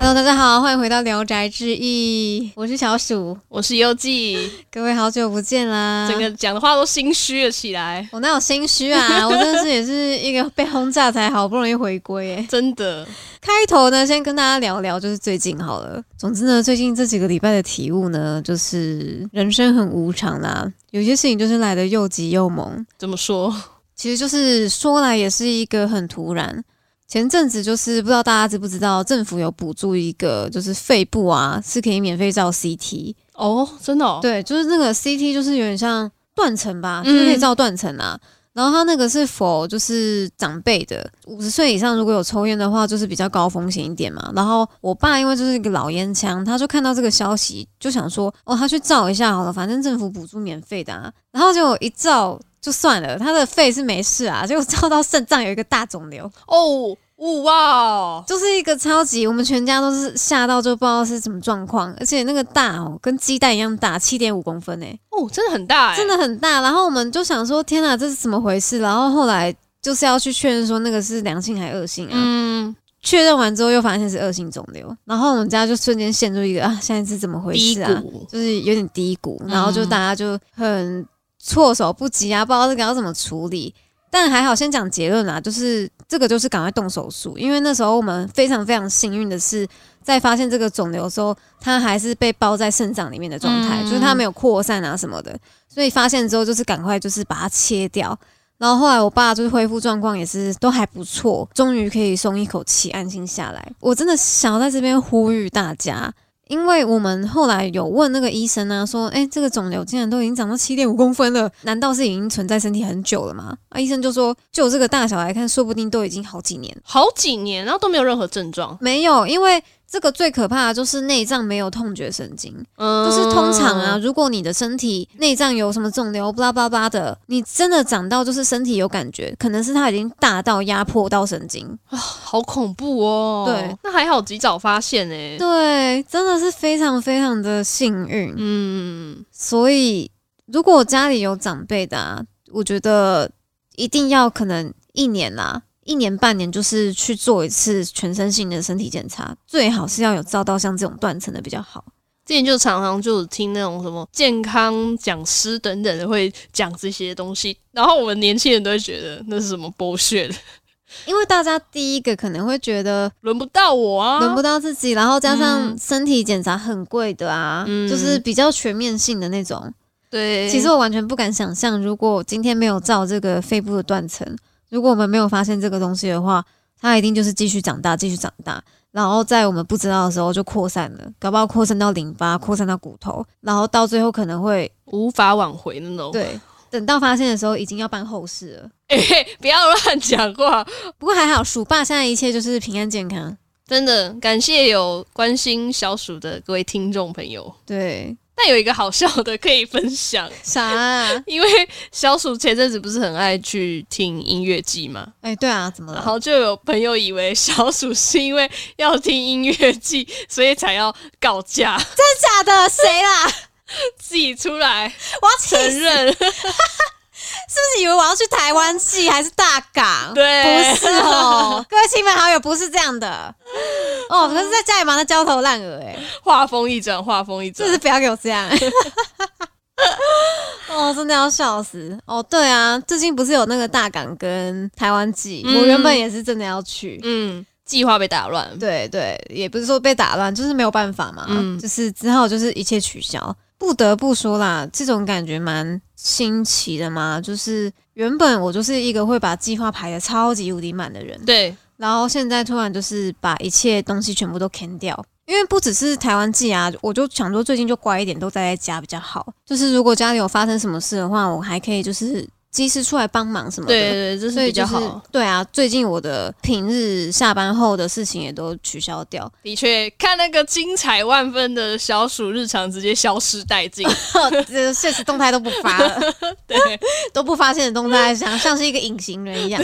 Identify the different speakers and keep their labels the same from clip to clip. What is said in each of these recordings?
Speaker 1: Hello，大家好，欢迎回到《聊斋志异》，我是小鼠，
Speaker 2: 我是优记，
Speaker 1: 各位好久不见啦！
Speaker 2: 整个讲的话都心虚了起来，
Speaker 1: 我哪有心虚啊？ 我真的是也是一个被轰炸才好不容易回归诶。
Speaker 2: 真的。
Speaker 1: 开头呢，先跟大家聊聊，就是最近好了。总之呢，最近这几个礼拜的体悟呢，就是人生很无常啦，有些事情就是来的又急又猛，
Speaker 2: 怎么说？
Speaker 1: 其实就是说来也是一个很突然。前阵子就是不知道大家知不知道，政府有补助一个，就是肺部啊是可以免费照 CT，
Speaker 2: 哦，真的、哦？
Speaker 1: 对，就是那个 CT 就是有点像断层吧，就
Speaker 2: 嗯
Speaker 1: 是可以照断层啊。然后它那个是否就是长辈的，五十岁以上如果有抽烟的话，就是比较高风险一点嘛。然后我爸因为就是一个老烟枪，他就看到这个消息，就想说哦，他去照一下好了，反正政府补助免费的啊。然后结果一照就算了，他的肺是没事啊，结果照到肾脏有一个大肿瘤，
Speaker 2: 哦，哦哇哦，
Speaker 1: 就是一个超级，我们全家都是吓到，就不知道是什么状况，而且那个大哦，跟鸡蛋一样大，七点五公分诶、欸
Speaker 2: 哦，真的很大哎、
Speaker 1: 真的很大。然后我们就想说，天哪，这是怎么回事？然后后来就是要去确认说那个是良性还是恶性啊。
Speaker 2: 嗯，
Speaker 1: 确认完之后又发现是恶性肿瘤，然后我们家就瞬间陷入一个啊，现在是怎么回
Speaker 2: 低
Speaker 1: 事啊？
Speaker 2: 谷，
Speaker 1: 就是有点低谷，然后就
Speaker 2: 嗯
Speaker 1: 大家就很措手不及啊，不知道这个要怎么处理。但还好，先讲结论啦，就是这个就是赶快动手术，因为那时候我们非常非常幸运的是，在发现这个肿瘤之后，它还是被包在肾脏里面的状态，
Speaker 2: 嗯
Speaker 1: 就是它没有扩散啊什么的，所以发现之后就是赶快就是把它切掉。然后后来我爸就是恢复状况也是都还不错，终于可以松一口气，安心下来。我真的想要在这边呼吁大家，因为我们后来有问那个医生啊，说，哎，这个肿瘤竟然都已经长到七点五公分了，难道是已经存在身体很久了吗？啊，医生就说，就这个大小来看，说不定都已经好几年了。
Speaker 2: 好几年，然后都没有任何症状，
Speaker 1: 没有，因为这个最可怕的就是内脏没有痛觉神经，
Speaker 2: 嗯，
Speaker 1: 就是通常啊，，如果你的身体内脏有什么肿瘤，巴拉巴拉的，你真的长到就是身体有感觉，可能是它已经大到压迫到神经。
Speaker 2: 啊好恐怖哦。
Speaker 1: 对，
Speaker 2: 那还好及早发现哎、
Speaker 1: 对，真的是非常非常的幸运。
Speaker 2: 嗯，
Speaker 1: 所以如果家里有长辈的、啊，我觉得一定要可能一年啦、一年半年就是去做一次全身性的身体检查，最好是要有照到像这种断层的比较好。
Speaker 2: 之前就常常就有听那种什么健康讲师等等的会讲这些东西，然后我们年轻人都会觉得那是什么 bullshit，
Speaker 1: 因为大家第一个可能会觉得
Speaker 2: 轮不到我啊，
Speaker 1: 轮不到自己，然后加上
Speaker 2: 嗯
Speaker 1: 身体检查很贵的啊，
Speaker 2: 嗯
Speaker 1: 就是比较全面性的那种。
Speaker 2: 对，
Speaker 1: 其实我完全不敢想象，如果今天没有照这个肺部的断层，如果我们没有发现这个东西的话，它一定就是继续长大，继续长大，然后在我们不知道的时候就扩散了，搞不好扩散到淋巴，扩散到骨头，然后到最后可能会
Speaker 2: 无法挽回那种。
Speaker 1: 对，等到发现的时候已经要办后事了。
Speaker 2: 哎、嘿不要乱讲话，
Speaker 1: 不过还好，鼠爸现在一切就是平安健康。
Speaker 2: 真的感谢有关心小鼠的各位听众朋友。
Speaker 1: 对，
Speaker 2: 但有一个好笑的可以分享，
Speaker 1: 啥、啊？
Speaker 2: 因为小鼠前阵子不是很爱去听音乐季嘛，
Speaker 1: 哎、对啊，怎么
Speaker 2: 然
Speaker 1: 了？
Speaker 2: 后就有朋友以为小鼠是因为要听音乐季，所以才要告假，
Speaker 1: 真假的？谁啦？
Speaker 2: 自己出来
Speaker 1: 我要气
Speaker 2: 承认。
Speaker 1: 自己以为我要去台湾戏还是大港？
Speaker 2: 对
Speaker 1: 不是 哦，各位亲朋好友不是这样的。哦，可是在家里忙得焦头烂额，哎，
Speaker 2: 话锋一转，话锋一转
Speaker 1: 就是，不要给我这样。 哦，真的要笑死！哦，对啊，最近不是有那个大港跟台湾季，
Speaker 2: 嗯
Speaker 1: 我原本也是真的要去。
Speaker 2: 嗯，计划被打乱。
Speaker 1: 对对，也不是说被打乱，就是没有办法嘛，
Speaker 2: 嗯
Speaker 1: 就是只好就是一切取消。不得不说啦，这种感觉蛮新奇的嘛。就是原本我就是一个会把计划排的超级无敌满的人，
Speaker 2: 对，
Speaker 1: 然后现在突然就是把一切东西全部都砍掉。因为不只是台湾季啊，我就想说最近就乖一点，都待在家比较好。就是如果家里有发生什么事的话，我还可以就是及时出来帮忙什么的。
Speaker 2: 对对，这是
Speaker 1: 所以
Speaker 2: 比
Speaker 1: 就
Speaker 2: 较
Speaker 1: 是
Speaker 2: 好。
Speaker 1: 对啊，最近我的平日下班后的事情也都取消掉。
Speaker 2: 的确，看那个精彩万分的小鼠日常直接消失殆尽。
Speaker 1: 这现实动态都不发了，
Speaker 2: 对，
Speaker 1: 都不发现的动态，像像是一个隐形人一样。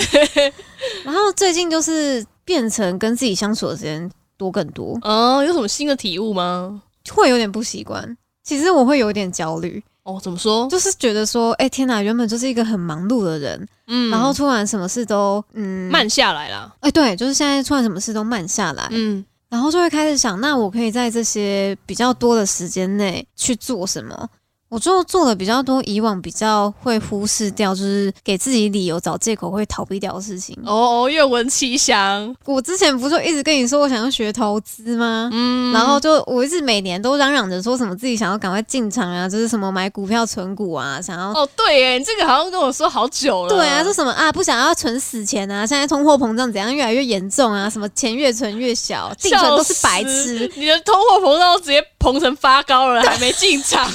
Speaker 1: 然后最近就是变成跟自己相处的时间多更多，
Speaker 2: 哦，有什么新的体悟吗？
Speaker 1: 会有点不习惯。其实我会有点焦虑，
Speaker 2: 哦，怎么说？
Speaker 1: 就是觉得说，哎、天哪，原本就是一个很忙碌的人，
Speaker 2: 嗯
Speaker 1: 然后突然什么事都嗯，
Speaker 2: 慢下来啦。
Speaker 1: 哎、对，就是现在突然什么事都慢下来，
Speaker 2: 嗯，
Speaker 1: 然后就会开始想，那我可以在这些比较多的时间内去做什么？我就做了比较多以往比较会忽视掉，就是给自己理由、找借口会逃避掉的事情。
Speaker 2: 哦哦，愿闻其详。
Speaker 1: 我之前不就一直跟你说我想要学投资吗？
Speaker 2: 嗯
Speaker 1: 然后就我一直每年都嚷嚷着说什么自己想要赶快进场啊，就是什么买股票、存股啊，想要、
Speaker 2: 哦，对耶，你这个好像跟我说好久了。
Speaker 1: 对啊，就什么啊不想要存死钱啊，现在通货膨胀怎样越来越严重啊，什么钱越存越小，定存都是白痴，
Speaker 2: 你的通货膨胀都直接膨成发高了，还没 进场。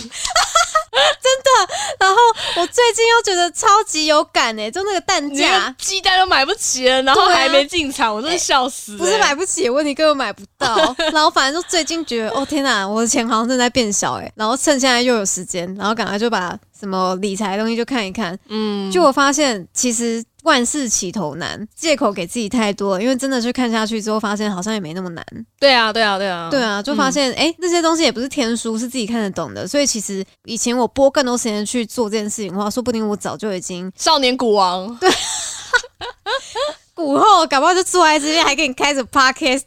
Speaker 1: 然后我最近又觉得超级有感哎、就那个蛋
Speaker 2: 你连
Speaker 1: 价
Speaker 2: 鸡蛋都买不起了，然后
Speaker 1: 对啊
Speaker 2: 还没进场，我真的笑死、欸
Speaker 1: 不是买不起的问题，根本买不到。 然后反正就最近觉得，哦天哪，我的钱好像正在变小哎、然后趁现在又有时间，然后赶快就把什么理财的东西就看一看。
Speaker 2: 嗯，
Speaker 1: 就我发现，其实万事起头难，借口给自己太多了，因为真的去看下去之后，发现好像也没那么难。
Speaker 2: 对啊，对啊，对啊，
Speaker 1: 对啊，就发现哎、诶那些东西也不是天书，是自己看得懂的。所以其实以前我拨更多时间去做这件事情的话，说不定我早就已经
Speaker 2: 少年股王，
Speaker 1: 古后，搞不好就坐在这边还给你 开着 podcast，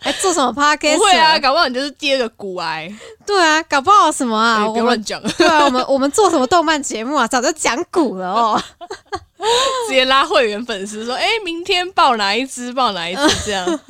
Speaker 1: 还做什么 podcast？
Speaker 2: 不会啊，，搞不好你就是第二个股癌，
Speaker 1: 对啊，搞不好什么啊，
Speaker 2: 哎不
Speaker 1: 我们
Speaker 2: 要乱讲，
Speaker 1: 对啊，我们我们做什么动漫节目啊，早就讲古了哦。
Speaker 2: 直接拉会员粉丝说，哎、明天报哪一支，报哪一支这样。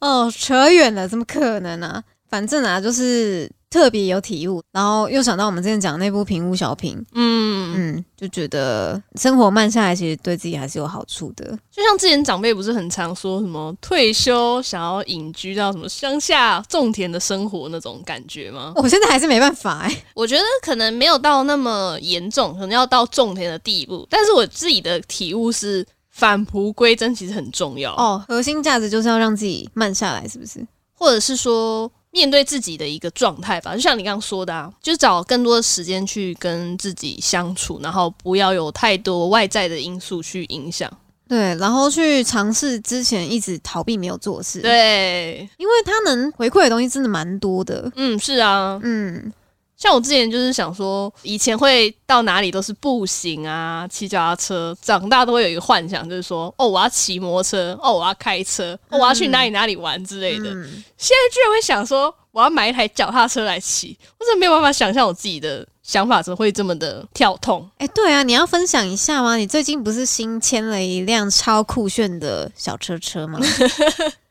Speaker 1: 哦，扯远了，怎么可能呢、啊？反正啊，就是特别有体悟，然后又想到我们之前讲那部平屋小品，
Speaker 2: 嗯，
Speaker 1: 嗯，就觉得生活慢下来，其实对自己还是有好处的。
Speaker 2: 就像之前长辈不是很常说什么退休想要隐居到什么乡下种田的生活那种感觉吗？
Speaker 1: 哦我现在还是没办法哎、
Speaker 2: 我觉得可能没有到那么严重，可能要到种田的地步。但是我自己的体悟是，返璞归真其实很重要，
Speaker 1: 哦，核心价值就是要让自己慢下来，是不是？
Speaker 2: 或者是说面对自己的一个状态吧。就像你刚刚说的、啊，就是找更多的时间去跟自己相处，然后不要有太多外在的因素去影响。
Speaker 1: 对，然后去尝试之前一直逃避没有做的事，，
Speaker 2: 对，
Speaker 1: 因为它能回馈的东西真的蛮多的。
Speaker 2: 嗯，是啊，
Speaker 1: 嗯，
Speaker 2: 像我之前就是想说，以前会到哪里都是步行啊，骑脚踏车。长大都会有一个幻想，就是说，哦，我要骑摩托车，哦，我要开车，哦，我要去哪里哪里玩之类的。
Speaker 1: 嗯
Speaker 2: 现在居然会想说，我要买一台脚踏车来骑，我真的没有办法想象我自己的想法怎么会这么的跳痛。
Speaker 1: 哎、对啊，你要分享一下吗？你最近不是新签了一辆超酷炫的小车车 吗？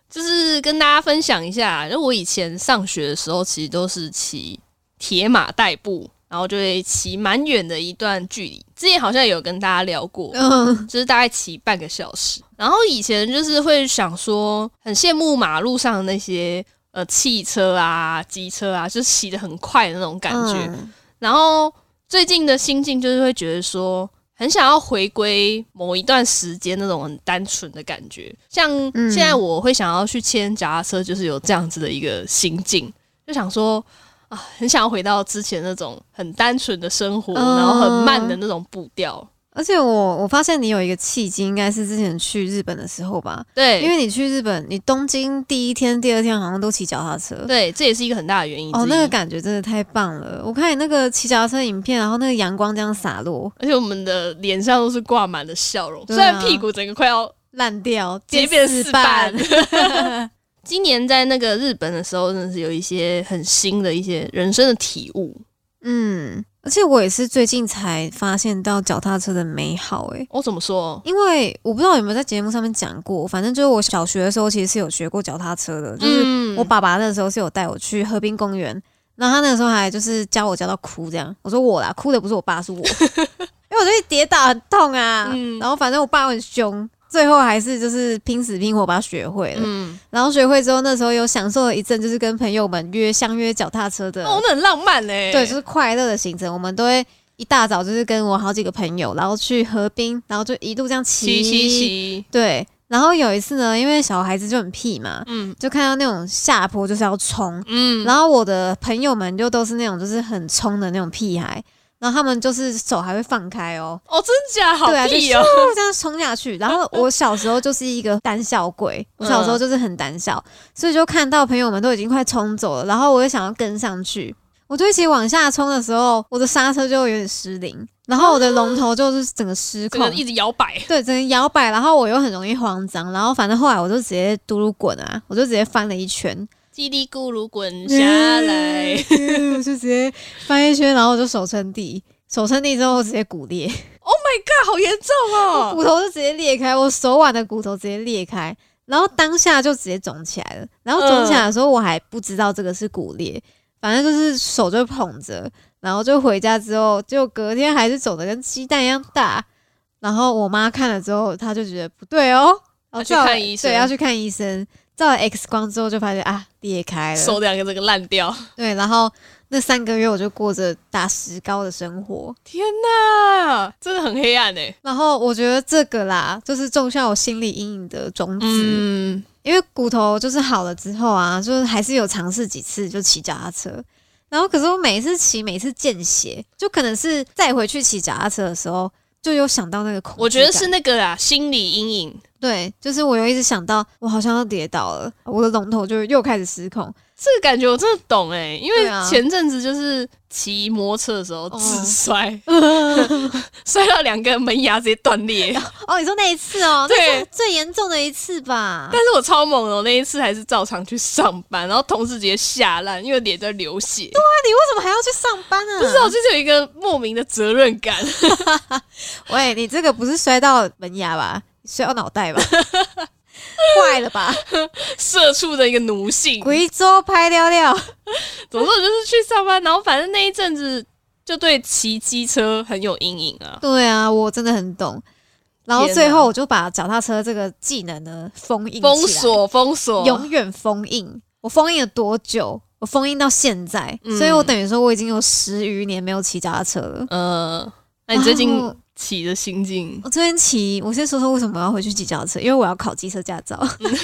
Speaker 2: 就是跟大家分享一下，就我以前上学的时候，其实都是骑铁马代步，然后就会骑蛮远的一段距离。之前好像有跟大家聊过，
Speaker 1: 嗯，
Speaker 2: 就是大概骑半个小时。然后以前就是会想说，很羡慕马路上的那些呃汽车啊、机车啊，就是骑得很快的那种感觉。
Speaker 1: 嗯
Speaker 2: 然后最近的心境就是会觉得说，很想要回归某一段时间那种很单纯的感觉。像
Speaker 1: 嗯
Speaker 2: 现在我会想要去牵脚踏车，就是有这样子的一个心境，就想说。啊，很想要回到之前那种很单纯的生活，
Speaker 1: 嗯
Speaker 2: 然后很慢的那种步调。
Speaker 1: 而且我我发现你有一个契机，应该是之前去日本的时候吧？
Speaker 2: 对，
Speaker 1: 因为你去日本，你东京第一天、第二天好像都骑脚踏车。
Speaker 2: 对，这也是一个很大的原因之一。
Speaker 1: 哦，那个感觉真的太棒了！我看你那个骑脚踏车影片，然后那个阳光这样洒落，
Speaker 2: 而且我们的脸上都是挂满了笑容，
Speaker 1: 对
Speaker 2: 虽然
Speaker 1: 啊
Speaker 2: 屁股整个快要
Speaker 1: 烂掉，
Speaker 2: 街
Speaker 1: 变
Speaker 2: 边四
Speaker 1: 瓣
Speaker 2: 瓣。。 今年在那个日本的时候，真的是有一些很新的一些人生的体悟
Speaker 1: 嗯，而且我也是最近才发现到脚踏车的美好、欸，
Speaker 2: 哦。怎么说？
Speaker 1: 因为我不知道有没有在节目上面讲过，反正就是我小学的时候其实是有学过脚踏车的，就是
Speaker 2: 嗯
Speaker 1: 我爸爸那时候是有带我去河滨公园，然后他那个时候还就是教我教到哭这样，我说我啦，哭的不是我爸是 我，因为我就一跌倒很痛啊，
Speaker 2: 嗯
Speaker 1: 然后反正我爸很凶。最后还是就是拼死拼活把它学会了，
Speaker 2: 嗯，
Speaker 1: 然后学会之后，那时候有享受了一阵，就是跟朋友们约相约脚踏车的
Speaker 2: 哦，那很浪漫嘞、
Speaker 1: 对，就是快乐的行程，我们都会一大早就是跟我好几个朋友，然后去河滨，然后就一路这样骑
Speaker 2: 骑骑。骑，
Speaker 1: 对，然后有一次呢，因为小孩子就很屁嘛，
Speaker 2: 嗯
Speaker 1: 就看到那种下坡就是要冲，
Speaker 2: 嗯，
Speaker 1: 然后我的朋友们就都是那种就是很冲的那种屁孩，然后他们就是手还会放开哦，
Speaker 2: 哦，真假好
Speaker 1: 对啊，就
Speaker 2: 屁
Speaker 1: 咻
Speaker 2: 哦，
Speaker 1: 这样冲下去。然后我小时候就是一个胆小鬼，我小
Speaker 2: 嗯
Speaker 1: 时候就是很胆小，所以就看到朋友们都已经快冲走了，然后我就想要跟上去。我就一起往下冲的时候，我的刹车就有点失灵，然后我的龙头就是整个失
Speaker 2: 这
Speaker 1: 控
Speaker 2: 个，一直摇摆，
Speaker 1: 对，整个摇摆，然后我又很容易慌张，然后反正后来我就直接嘟噜滚啊，我就直接翻了一圈，
Speaker 2: 叽里咕噜滚下来。
Speaker 1: 我 就直接翻一圈，然后我就手撑地，手撑地之后直接骨裂，
Speaker 2: Oh my god，好严重哦！
Speaker 1: 骨头就直接裂开，我手腕的骨头直接裂开，然后当下就直接肿起来了。然后肿起来的时候，我还不知道这个是骨裂，反正就是手就捧着，然后就回家之后，就隔天还是肿的跟鸡蛋一样大。然后我妈看了之后，她就觉得不对哦，然后
Speaker 2: 要去
Speaker 1: 照
Speaker 2: 看医生
Speaker 1: 对，要去看医生。照了 X 光之后，就发现啊裂开了，
Speaker 2: 手两个整个烂掉，
Speaker 1: 对，然后那三个月我就过着打石膏的生活。
Speaker 2: 天哪，真的很黑暗哎。
Speaker 1: 然后我觉得这个啦，就是种下我心理阴影的种子。
Speaker 2: 嗯，
Speaker 1: 因为骨头就是好了之后啊，就是还是有尝试几次就骑脚踏车。然后可是我每一次骑，每一次见血，就可能是再回去骑脚踏车的时候，就有想到那个恐惧感。
Speaker 2: 我觉得是那个啊，心理阴影。
Speaker 1: 对，就是我有一直想到我好像要跌倒了，我的龙头就又开始失控。
Speaker 2: 这个感觉我真的懂哎、因为
Speaker 1: 对啊
Speaker 2: 前阵子就是骑摩托车的时候
Speaker 1: 哦
Speaker 2: 自摔， 摔到两个门牙直接断裂。
Speaker 1: 哦，你说那一次哦，
Speaker 2: 对
Speaker 1: 那是最严重的一次吧？
Speaker 2: 但是我超猛的，我那一次还是照常去上班，然后同事直接吓烂，因为脸在流血。
Speaker 1: 那你为什么还要去上班啊？
Speaker 2: 不知道，就是有一个莫名的责任感。
Speaker 1: 喂，你这个不是摔到门牙吧？你摔到脑袋 吧？坏了 吧？
Speaker 2: 社畜的一个奴性。
Speaker 1: 贵州拍尿尿，
Speaker 2: 总之我就是去上班，然后反正那一阵子就对骑机车很有阴影啊。
Speaker 1: 对啊，我真的很懂。然后
Speaker 2: 天哪
Speaker 1: 最后我就把脚踏车这个技能呢封印，
Speaker 2: 封，锁，封锁，
Speaker 1: 永远封印。我封印了多久？我封印到现在，
Speaker 2: 嗯
Speaker 1: 所以我等于说我已经有十余年没有骑脚踏车了。
Speaker 2: 呃，那你最近
Speaker 1: 然后
Speaker 2: 骑的心境？
Speaker 1: 我这边骑，我先说说为什么我要回去骑脚踏车，因为我要考机车驾照。
Speaker 2: 嗯
Speaker 1: 因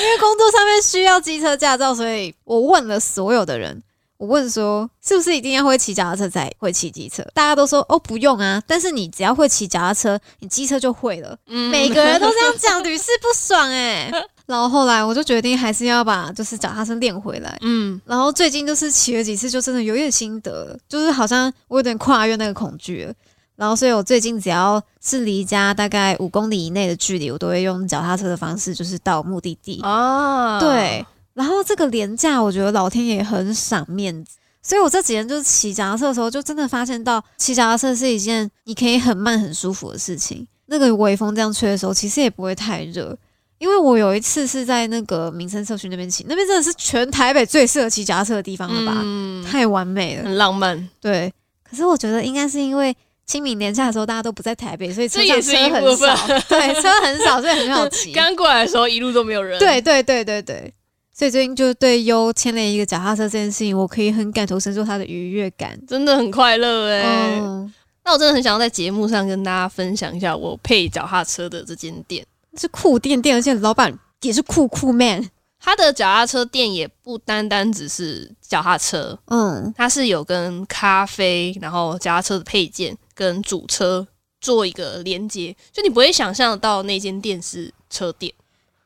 Speaker 1: 为工作上面需要机车驾照，所以我问了所有的人，我问说是不是一定要会骑脚踏车才会骑机车？大家都说哦不用啊，但是你只要会骑脚踏车，你机车就会了。
Speaker 2: 嗯
Speaker 1: 每个人都这样讲，屡试不爽哎、然后后来我就决定还是要把就是脚踏车练回来。
Speaker 2: 嗯，
Speaker 1: 然后最近就是骑了几次，就真的有点心得了，就是好像我有点跨越那个恐惧了。然后，所以我最近只要是离家大概五公里以内的距离，我都会用脚踏车的方式，就是到目的地。
Speaker 2: 啊，
Speaker 1: 对，然后这个廉价，我觉得老天爷很赏面子。所以我这几天就是骑脚踏车的时候，就真的发现到骑脚踏车是一件你可以很慢很舒服的事情。那个微风这样吹的时候，其实也不会太热。因为我有一次是在那个民生社区那边骑，那边真的是全台北最适合骑脚踏车的地方了吧？
Speaker 2: 嗯，
Speaker 1: 太完美了。
Speaker 2: 很浪漫，
Speaker 1: 对，可是我觉得应该是因为清明年假的时候大家都不在台北，所以车
Speaker 2: 这
Speaker 1: 上
Speaker 2: 也是
Speaker 1: 车
Speaker 2: 一部
Speaker 1: 很
Speaker 2: 分
Speaker 1: 少，对，车很少，所以很好骑。
Speaker 2: 刚过来的时候一路都没有人，
Speaker 1: 对，对对对对，所以最近就对优牵了一个脚踏车这件事情，我可以很感同身受它的愉悦感。
Speaker 2: 真的很快乐哎。
Speaker 1: 嗯，
Speaker 2: 那我真的很想要在节目上跟大家分享一下我配脚踏车的这间店。
Speaker 1: 是酷店店，而且老板也是酷酷 man。
Speaker 2: 它的脚踏车店也不单单只是脚踏车，
Speaker 1: 嗯，
Speaker 2: 它是有跟咖啡，然后脚踏车的配件跟主车做一个连接，就你不会想象到那间店是车店，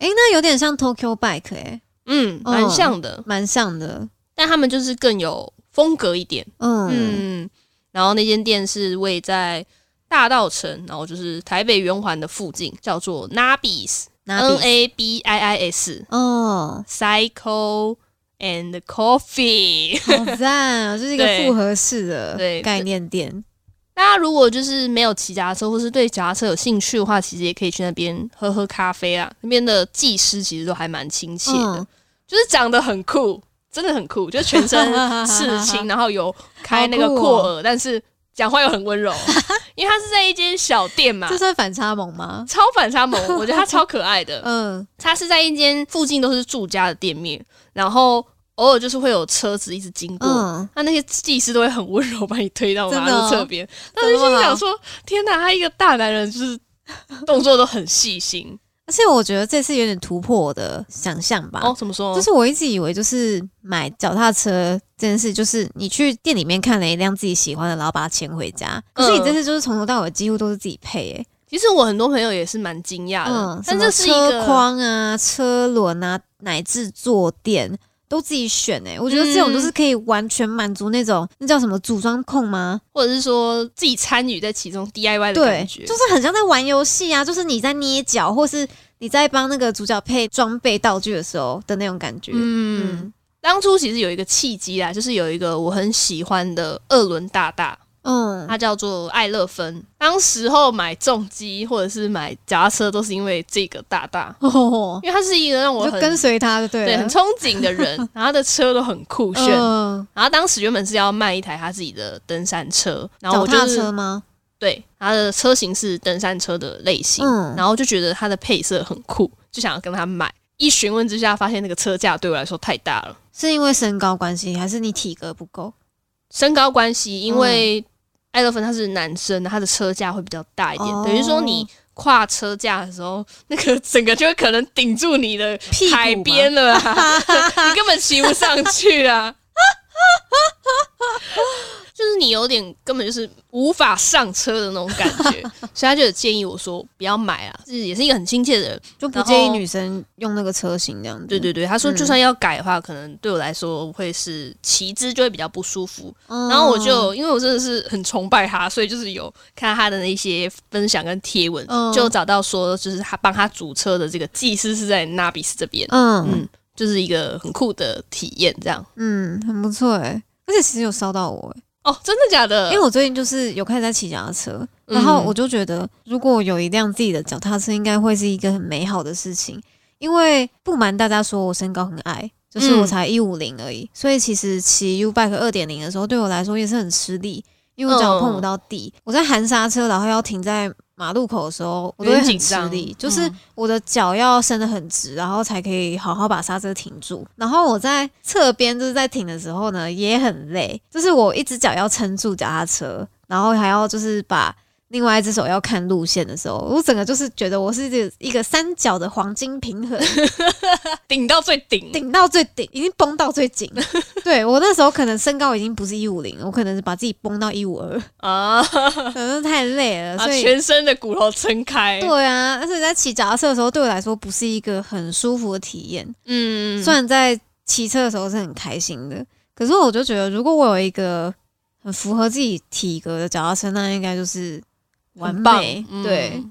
Speaker 1: 诶，那有点像 Tokyo Bike 诶，
Speaker 2: 嗯，
Speaker 1: 哦
Speaker 2: 蛮像的，
Speaker 1: 蛮像的。
Speaker 2: 但他们就是更有风格一点，
Speaker 1: 嗯，
Speaker 2: 嗯。然后那间店是位在大道城，然后就是台北圆环的附近，叫做 Nabis
Speaker 1: 拿
Speaker 2: N
Speaker 1: 笔。
Speaker 2: A B I I S
Speaker 1: 哦，
Speaker 2: Cycle and Coffee。
Speaker 1: 好赞哦，就是一个
Speaker 2: 对
Speaker 1: 复合式的
Speaker 2: 对
Speaker 1: 概念店。
Speaker 2: 大家如果就是没有骑脚踏车，或是对脚踏车有兴趣的话，其实也可以去那边喝喝咖啡啊。那边的技师其实都还蛮亲切的，
Speaker 1: 嗯
Speaker 2: 就是长得很酷，真的很 酷，就是全身刺青，然后有开那个
Speaker 1: 好酷哦
Speaker 2: 扩耳，但是讲话又很温 柔，因为他是在一间小店嘛
Speaker 1: 这。算反差萌吗？
Speaker 2: 超反 差萌，我觉得他超可爱的。
Speaker 1: 嗯，
Speaker 2: 他是在一间附近都是住家的店面，然后偶尔就是会有车子一直经过，
Speaker 1: 嗯，
Speaker 2: 他那些技师都会很温柔把你推到马
Speaker 1: 真的
Speaker 2: 路
Speaker 1: 哦
Speaker 2: 侧边，那我就
Speaker 1: 怎么
Speaker 2: 心
Speaker 1: 了
Speaker 2: 想说：天哪，他一个大男人，就是动作都很 细心。
Speaker 1: 而且我觉得这次有点突破我的想象吧。
Speaker 2: 哦，怎么说？
Speaker 1: 就是我一直以为，就是买脚踏车这件事，就是你去店里面看了一辆自己喜欢的，然后把它牵回家。可
Speaker 2: 嗯
Speaker 1: 是你这次就是从头到尾几乎都是自己配、欸，
Speaker 2: 其实我很多朋友也是蛮惊讶的，
Speaker 1: 嗯，
Speaker 2: 但
Speaker 1: 什
Speaker 2: 这
Speaker 1: 么
Speaker 2: 是一个
Speaker 1: 车框啊、车轮啊，乃至坐垫都自己选、欸，我觉得这种
Speaker 2: 嗯
Speaker 1: 就是可以完全满足那种那叫什么组装控吗？
Speaker 2: 或者是说自己参与在其中 DIY 的
Speaker 1: 对，
Speaker 2: 感觉
Speaker 1: 就。是很像在玩游戏啊，就是你在捏脚，或是你在帮那个主角配装备道具的时候的那种感觉。
Speaker 2: 嗯，
Speaker 1: 嗯
Speaker 2: 当初其实有一个契机啦，就是有一个我很喜欢的二轮大大，
Speaker 1: 嗯，
Speaker 2: 它叫做艾乐芬。当时候买重机或者是买脚踏车，都是因为这个大大，
Speaker 1: 哦，
Speaker 2: 因为他是一个 让我
Speaker 1: 你就
Speaker 2: 很
Speaker 1: 跟随他就对
Speaker 2: 对
Speaker 1: 了，
Speaker 2: 很憧憬的 人，然后他的车都很酷炫。
Speaker 1: 嗯，
Speaker 2: 然后当时原本是要卖一台他自己的登山车，然后
Speaker 1: 脚
Speaker 2: 我就
Speaker 1: 踏
Speaker 2: 是
Speaker 1: 车吗？
Speaker 2: 对它的车型是登山车的类型，
Speaker 1: 嗯
Speaker 2: 然后就觉得它的配色很酷，就想要跟他买。一询问之下，发现那个车价对我来说太大了。
Speaker 1: 是因为身高关系，还是你体格不够？
Speaker 2: 身高关
Speaker 1: 嗯
Speaker 2: 系，因为艾乐芬他是男生，他的车架会比较大一点，
Speaker 1: 哦
Speaker 2: 等于说你跨车架的时候，那个整个就会可能顶住你的
Speaker 1: 屁股吗
Speaker 2: 海边了、 啊，你根本骑不上去啊。就是你有点根本就是无法上车的那种感 觉，所以他就有建议我说不要买啊，就是也是一个很亲切的人。
Speaker 1: 就不
Speaker 2: 然后
Speaker 1: 建议女生用那个车型这样子。
Speaker 2: 对对对，他说
Speaker 1: 嗯
Speaker 2: 就算要改的话，可能对我来说会是骑姿就会比较不舒服，
Speaker 1: 嗯，
Speaker 2: 然后我就因为我真的是很崇拜他，所以就是有看他的那些分享跟贴文，
Speaker 1: 嗯
Speaker 2: 就找到说就是他帮他主车的这个技师是在纳比斯这边，
Speaker 1: 嗯
Speaker 2: 嗯，就是一个很酷的体验这样。
Speaker 1: 嗯，很不错哎、而且其实有烧到我、欸，
Speaker 2: 哦，真的假的？
Speaker 1: 因为我最近就是有开始在骑脚踏车，
Speaker 2: 嗯
Speaker 1: 然后我就觉得如果有一辆自己的脚踏车，应该会是一个很美好的事情。因为不瞒大家说，我身高很矮，就是我
Speaker 2: 嗯
Speaker 1: 才一五零而已，所以其实骑 U bike 二点零的时候，对我来说也是很吃力，因为我脚
Speaker 2: 嗯
Speaker 1: 碰不到地，我在含刹车，然后要停在马路口的时候，我都
Speaker 2: 有
Speaker 1: 会
Speaker 2: 点
Speaker 1: 很
Speaker 2: 紧
Speaker 1: 吃
Speaker 2: 张
Speaker 1: 力，就是
Speaker 2: 嗯
Speaker 1: 我的脚要伸得很直，然后才可以好好把刹车停住。然后我在侧边就是在停的时候呢，也很累，就是我一只脚要撑住脚踏车，然后还要就是把另外一只手要看路线的时候，我整个就是觉得我是一个一个三角的黄金平衡，
Speaker 2: 顶到最顶，
Speaker 1: 顶到最顶，已经绷到最 紧。对我那时候可能身高已经不是一五零，我可能是把自己绷到一五二，
Speaker 2: 啊，
Speaker 1: 可能太累了，
Speaker 2: 把
Speaker 1: 所以
Speaker 2: 全身的骨头撑开。
Speaker 1: 对啊，而且在骑脚踏车的时候，对我来说不是一个很舒服的体验。
Speaker 2: 嗯，
Speaker 1: 虽然在骑车的时候是很开心的，可是我就觉得，如果我有一个很符合自己体格的脚踏车，那应该就是完
Speaker 2: 很棒
Speaker 1: 美。
Speaker 2: 嗯
Speaker 1: 对，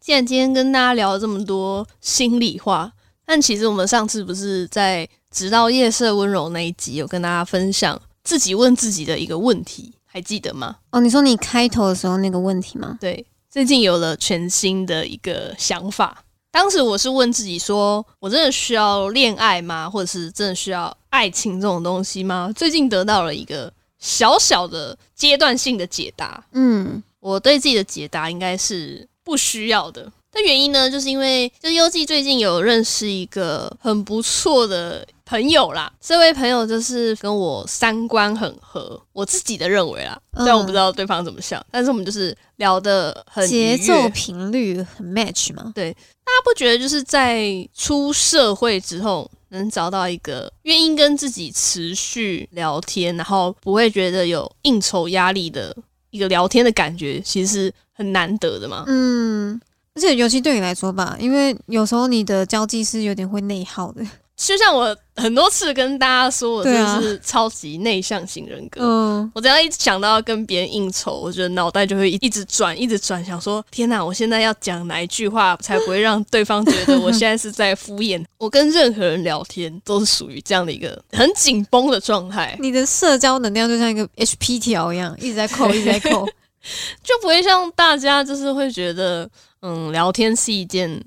Speaker 2: 既然今天跟大家聊了这么多心里话，但其实我们上次不是在《直到夜色温柔》那一集有跟大家分享自己问自己的一个问题，还记得吗？
Speaker 1: 哦，你说你开头的时候那个问题吗？
Speaker 2: 对，最近有了全新的一个想法。当时我是问自己说，我真的需要恋爱吗？或者是真的需要爱情这种东西吗？最近得到了一个小小的阶段性的解答。
Speaker 1: 嗯
Speaker 2: 我对自己的解答应该是不需要的。那原因呢，就是因为就是优记最近有认识一个很不错的朋友啦。这位朋友就是跟我三观很合，我自己的认为啦，
Speaker 1: 嗯
Speaker 2: 虽然我不知道对方怎么想，但是我们就是聊得很
Speaker 1: 节
Speaker 2: 愉悦
Speaker 1: 奏频率很 match 吗？
Speaker 2: 大家不觉得就是在出社会之后，能找到一个愿意跟自己持续聊天，然后不会觉得有应酬压力的一个聊天的感觉，其实是很难得的嘛。
Speaker 1: 嗯，而且尤其对你来说吧，因为有时候你的交际是有点会内耗的。
Speaker 2: 就像我很多次跟大家说，我真
Speaker 1: 对啊
Speaker 2: 的是超级内向型人格。
Speaker 1: 嗯，
Speaker 2: 我只要一想到要跟别人应酬，我觉得脑袋就会一直转，一直转，想说天哪，我现在要讲哪一句话才不会让对方觉得我现在是在敷衍？ 我跟任何人聊天都是属于这样的一个很紧绷的状态，
Speaker 1: 你的社交能量就像一个 HP 条一样，一直在 扣，一直在扣。
Speaker 2: 就不会像大家就是会觉得，嗯，聊天是一件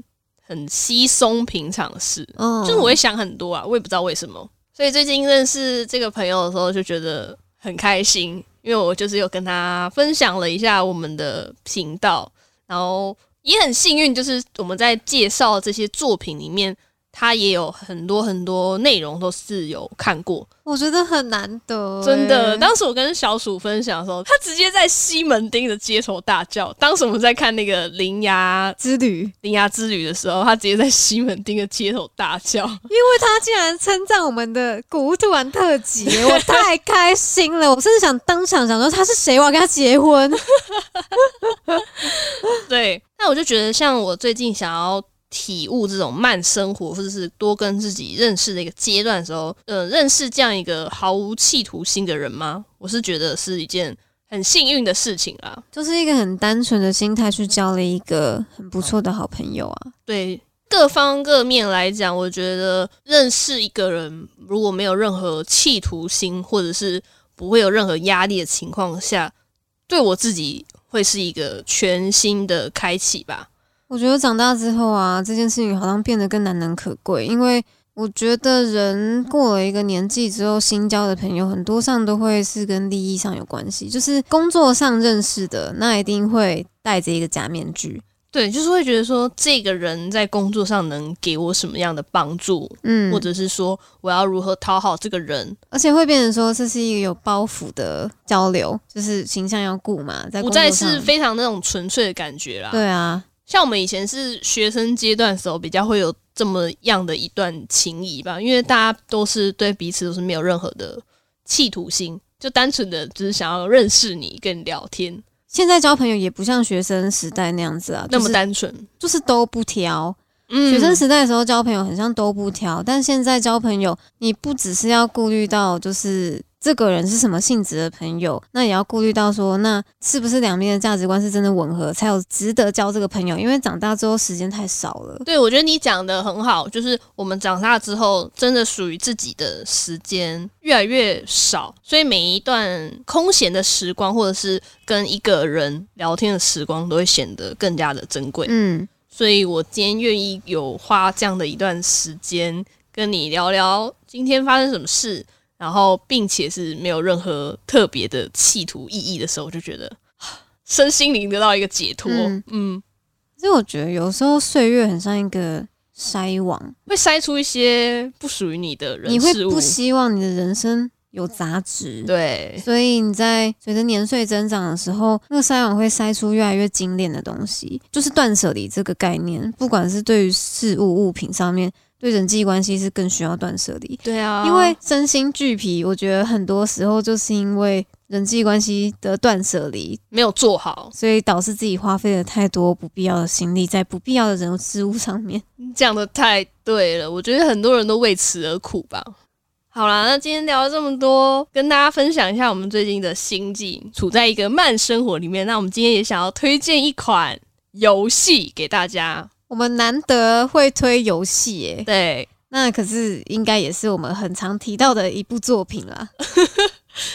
Speaker 2: 很稀松平常的事。
Speaker 1: 嗯，
Speaker 2: 就是我会想很多啊，我也不知道为什么。所以最近认识这个朋友的时候，就觉得很开心，因为我就是有跟他分享了一下我们的频道，然后也很幸运，就是我们在介绍这些作品里面，他也有很多很多内容都是有看过，
Speaker 1: 我觉得很难得欸、
Speaker 2: 真的。当时我跟小鼠分享的时候，他直接在西门町的街头大叫。当时我们在看那个《铃芽
Speaker 1: 之旅，
Speaker 2: 铃芽之旅》的时候，他直接在西门町的街头大叫。
Speaker 1: 因为他竟然称赞我们的古物突然特 辑，我太开心了！我甚至想当场想说他是谁，我要跟他结婚。
Speaker 2: 对，那我就觉得，像我最近想要体悟这种慢生活，或者是多跟自己认识的一个阶段的时候，呃，认识这样一个毫无企图心的人吗？我是觉得是一件很幸运的事情啦。
Speaker 1: 就是一个很单纯的心态去交了一个很不错的好朋友啊。
Speaker 2: 对各方各面来讲，我觉得认识一个人如果没有任何企图心，或者是不会有任何压力的情况下，对我自己会是一个全新的开启吧。
Speaker 1: 我觉得长大之后啊，这件事情好像变得更难能可贵，因为我觉得人过了一个年纪之后，新交的朋友很多上都会是跟利益上有关系，就是工作上认识的，那一定会戴着一个假面具。
Speaker 2: 对，就是会觉得说，这个人在工作上能给我什么样的帮助，
Speaker 1: 嗯，
Speaker 2: 或者是说我要如何讨好这个人，
Speaker 1: 而且会变成说这是一个有包袱的交流，就是形象要顾嘛，在
Speaker 2: 不
Speaker 1: 工
Speaker 2: 再
Speaker 1: 作
Speaker 2: 是
Speaker 1: 上。
Speaker 2: 非常那种纯粹的感觉啦。
Speaker 1: 对啊，
Speaker 2: 像我们以前是学生阶段的时候，比较会有这么样的一段情谊吧，因为大家都是对彼此都是没有任何的企图心，就单纯的只是想要认识你，跟你聊天，
Speaker 1: 现在交朋友也不像学生时代那样子啊，
Speaker 2: 那
Speaker 1: 就
Speaker 2: 么
Speaker 1: 是
Speaker 2: 单纯。
Speaker 1: 就是都不挑。
Speaker 2: 嗯
Speaker 1: 学生时代的时候交朋友很像都不挑，但现在交朋友，你不只是要顾虑到就是这个人是什么性质的朋友，那也要顾虑到说，那是不是两边的价值观是真的吻合，才有值得交这个朋友。因为长大之后时间太少了，
Speaker 2: 对，我觉得你讲的很好，就是我们长大之后，真的属于自己的时间越来越少，所以每一段空闲的时光，或者是跟一个人聊天的时光，都会显得更加的珍贵。
Speaker 1: 嗯，
Speaker 2: 所以我今天愿意有花这样的一段时间跟你聊聊今天发生什么事，然后并且是没有任何特别的企图意义的时候，我就觉得 啊身心灵得到一个解脱。
Speaker 1: 嗯
Speaker 2: 嗯
Speaker 1: 所以我觉得有时候岁月很像一个筛网，
Speaker 2: 会筛出一些不属于你的人
Speaker 1: 你会
Speaker 2: 事物
Speaker 1: 不。希望你的人生有杂质，
Speaker 2: 对，
Speaker 1: 所以你在随着年岁增长的时候，那个筛网会筛出越来越精炼的东西，就是断舍离这个概念，不管是对于事物物品上面，对人际关系是更需要断舍离，
Speaker 2: 对啊，
Speaker 1: 因为身心俱疲，我觉得很多时候就是因为人际关系的断舍离，
Speaker 2: 没有做好，
Speaker 1: 所以导致自己花费了太多不必要的心力在不必要的人事物上面。
Speaker 2: 你讲的太对了，我觉得很多人都为此而苦吧。好啦，那今天聊了这么多，跟大家分享一下我们最近的心境，处在一个慢生活里面。那我们今天也想要推荐一款游戏给大家，
Speaker 1: 我们难得会推游戏耶，
Speaker 2: 对，
Speaker 1: 那可是应该也是我们很常提到的一部作品啦。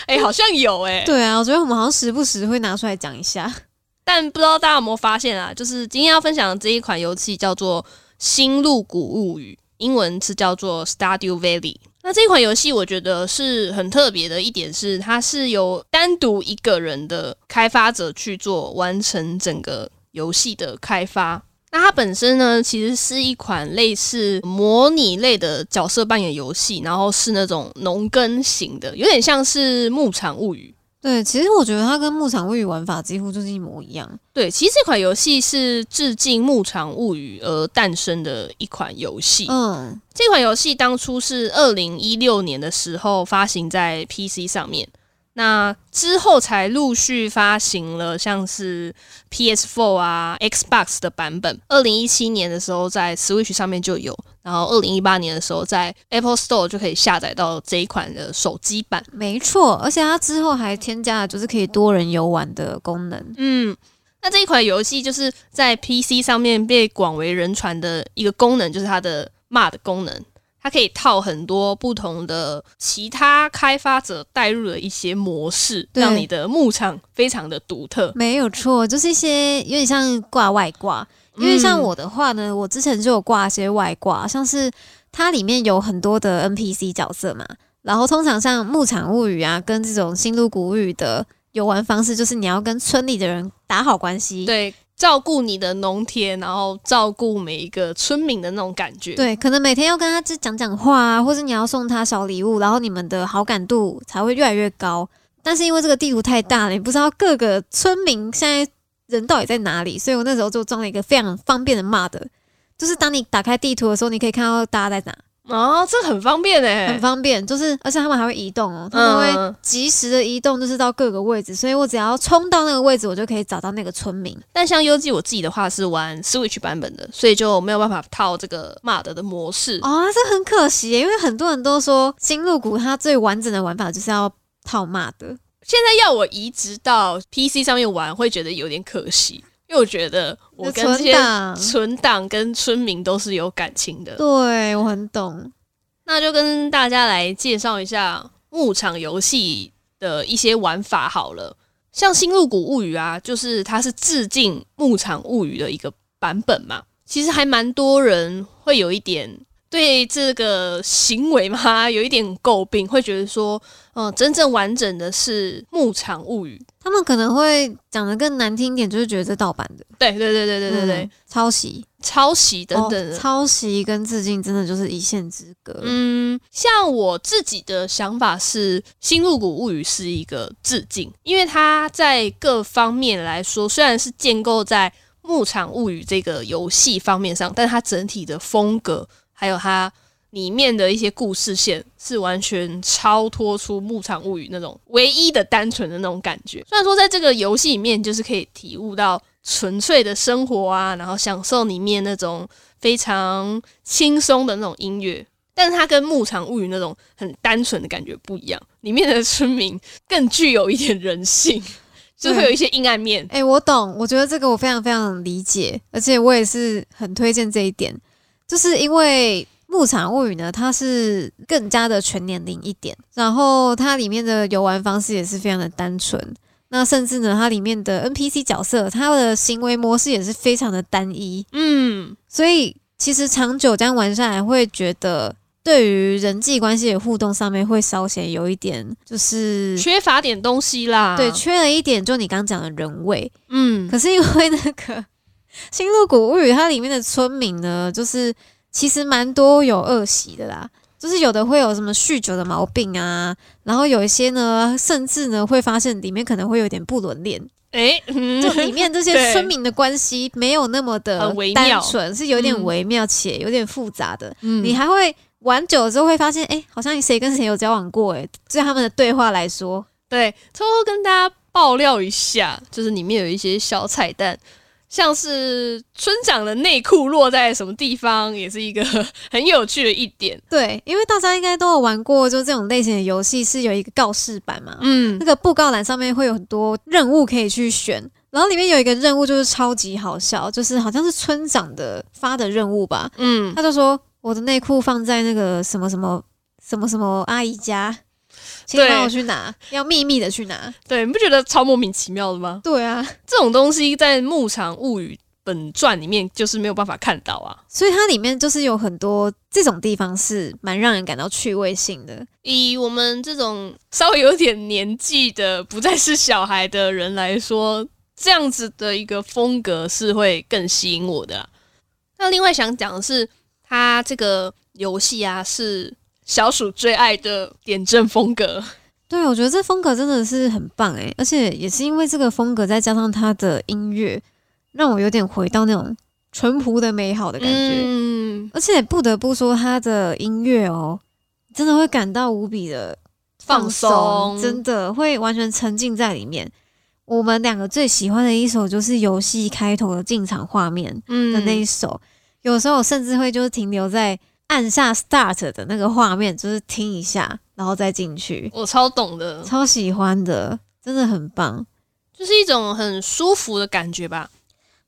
Speaker 2: 哎、好像有哎、
Speaker 1: 对啊，我觉得我们好像时不时会拿出来讲一下。
Speaker 2: 但不知道大家有没有发现啊，就是今天要分享的这一款游戏叫做《星露谷物语》，英文是叫做《Stardew Valley》。那这款游戏我觉得是很特别的一点是，它是由单独一个人的开发者去做完成整个游戏的开发。那它本身呢，其实是一款类似模拟类的角色扮演游戏，然后是那种农耕型的，有点像是《牧场物语》。
Speaker 1: 对，其实我觉得它跟《牧场物语》玩法几乎就是一模一样。
Speaker 2: 对，其实这款游戏是致敬《牧场物语》而诞生的一款游戏。
Speaker 1: 嗯，
Speaker 2: 这款游戏当初是二零一六年的时候发行在 PC 上面，那之后才陆续发行了像是 PS4 啊、Xbox 的版本。二零一七年的时候在 Switch 上面就有，然后二零一八年的时候在 Apple Store 就可以下载到这一款的手机版。
Speaker 1: 没错，而且它之后还添加了就是可以多人游玩的功能。
Speaker 2: 嗯，那这一款游戏就是在 PC 上面被广为人传的一个功能，就是它的 MOD 功能，它可以套很多不同的其他开发者带入的一些模式，
Speaker 1: 对
Speaker 2: 让你的牧场非常的独特。
Speaker 1: 没有错，就是一些有点像挂外挂，因为像我的话呢，我之前就有挂一些外挂，像是它里面有很多的 NPC 角色嘛，然后通常像《牧场物语》啊，跟这种《新露谷物语》的游玩方式，就是你要跟村里的人打好关系，
Speaker 2: 对。照顾你的农田，然后照顾每一个村民的那种感觉。
Speaker 1: 对，可能每天要跟他就讲讲话啊，或是你要送他小礼物，然后你们的好感度才会越来越高。但是因为这个地图太大了，你不知道各个村民现在人到底在哪里，所以我那时候就装了一个非常方便的 mod，就是当你打开地图的时候，你可以看到大家在哪，
Speaker 2: 哦，这很方便哎、
Speaker 1: 很方便。就是而且他们还会移动哦，他们会
Speaker 2: 嗯，
Speaker 1: 及时的移动，就是到各个位置，所以我只要冲到那个位置，我就可以找到那个村民。
Speaker 2: 但像 U G 我自己的话是玩 Switch 版本的，所以就没有办法套这个 MOD 的模式。
Speaker 1: 哦，这很可惜耶，因为很多人都说新露谷它最完整的玩法就是要套骂的。
Speaker 2: 现在要我移植到 PC 上面玩，会觉得有点可惜，因为我觉得我跟这
Speaker 1: 存
Speaker 2: 些
Speaker 1: 档，
Speaker 2: 存档跟村民都是有感情的。
Speaker 1: 对我很懂。
Speaker 2: 那就跟大家来介绍一下牧场游戏的一些玩法好了。像《新入谷物语》啊，就是它是致敬《牧场物语》的一个版本嘛。其实还蛮多人会有一点对这个行为嘛，有一点诟病，会觉得说，嗯、真正完整的是《牧场物语
Speaker 1: 他们可能会讲的更难听一点，就是觉得这盗版的，》。
Speaker 2: 对对对对对对对，
Speaker 1: 嗯抄袭
Speaker 2: 抄袭等等
Speaker 1: 哦
Speaker 2: 的。
Speaker 1: 抄袭跟致敬真的就是一线之隔。
Speaker 2: 嗯，像我自己的想法是，《新入谷物语》是一个致敬，因为它在各方面来说，虽然是建构在《牧场物语》这个游戏方面上，但它整体的风格还有它里面的一些故事线是完全超脱出《牧场物语》那种唯一的单纯的那种感觉。虽然说在这个游戏里面，就是可以体悟到纯粹的生活啊，然后享受里面那种非常轻松的那种音乐，但是它跟《牧场物语》那种很单纯的感觉不一样。里面的村民更具有一点 人性，就是会有一些阴暗面。
Speaker 1: 哎、我懂，我觉得这个我非常非常理解，而且我也是很推荐这一点，就是因为《牧场物语》呢，它是更加的全年龄一点，然后它里面的游玩方式也是非常的单纯。那甚至呢，它里面的 NPC 角色，它的行为模式也是非常的单一，
Speaker 2: 嗯，
Speaker 1: 所以其实长久这样玩下来，会觉得对于人际关系的互动上面会稍显有一点，就是
Speaker 2: 缺乏点东西啦。
Speaker 1: 对缺了一点，就你刚讲的人味。
Speaker 2: 嗯，
Speaker 1: 可是因为那个《新露谷物语》它里面的村民呢，就是其实蛮多有恶习的啦，就是有的会有什么酗酒的毛病啊，然后有一些呢，甚至呢会发现里面可能会有点不伦 恋，
Speaker 2: 哎、嗯
Speaker 1: 就 里面这些
Speaker 2: 对
Speaker 1: 村民的关系没有那么的
Speaker 2: 很微妙
Speaker 1: 单纯，是有点
Speaker 2: 嗯
Speaker 1: 微妙且有点复杂的。
Speaker 2: 嗯
Speaker 1: 你还会玩久了之后会发现，哎、好像谁跟谁有交往过、诶哎，对他们的对话来说，
Speaker 2: 对，偷偷跟大家爆料一下，就是里面有一些小彩蛋，像是村长的内裤落在什么地方，也是一个 很有趣的一点。
Speaker 1: 对，因为大家应该都有玩过，就这种类型的游戏是有一个告示板嘛，
Speaker 2: 嗯
Speaker 1: 那，个布告栏上面会有很多任务可以去选，然后里面有一个任务就是超级好笑，就是好像是村长的发的任务吧，
Speaker 2: 嗯，
Speaker 1: 他就说我的内裤放在那个什么什么什么什么阿姨家，请你
Speaker 2: 对
Speaker 1: 帮我去拿，要秘密的去拿。
Speaker 2: 对，你不觉得超莫名其妙的吗？
Speaker 1: 对啊，
Speaker 2: 这种东西在《牧场物语》本传里面就是没有办法看到啊。
Speaker 1: 所以它里面就是有很多这种地方是蛮让人感到趣味性的。
Speaker 2: 以我们这种稍微有点年纪的、不再是小孩的人来说，这样子的一个风格是会更吸引我的啊、那另外想讲的是，它这个游戏啊是小鼠最爱的点阵风格。
Speaker 1: 对，我觉得这风格真的是很棒诶，而且也是因为这个风格，再加上它的音乐，让我有点回到那种淳朴的美好的感觉。
Speaker 2: 嗯，
Speaker 1: 而且不得不说，他的音乐哦，真的会感到无比的
Speaker 2: 放松，
Speaker 1: 真的会完全沉浸在里面。我们两个最喜欢的一首就是游戏开头的进场画面的
Speaker 2: 嗯
Speaker 1: 那一首，有时候我甚至会就是停留在按下 start 的那个画面，就是听一下，然后再进去，
Speaker 2: 我超懂的，
Speaker 1: 超喜欢的，真的很棒。
Speaker 2: 就是一种很舒服的感觉吧。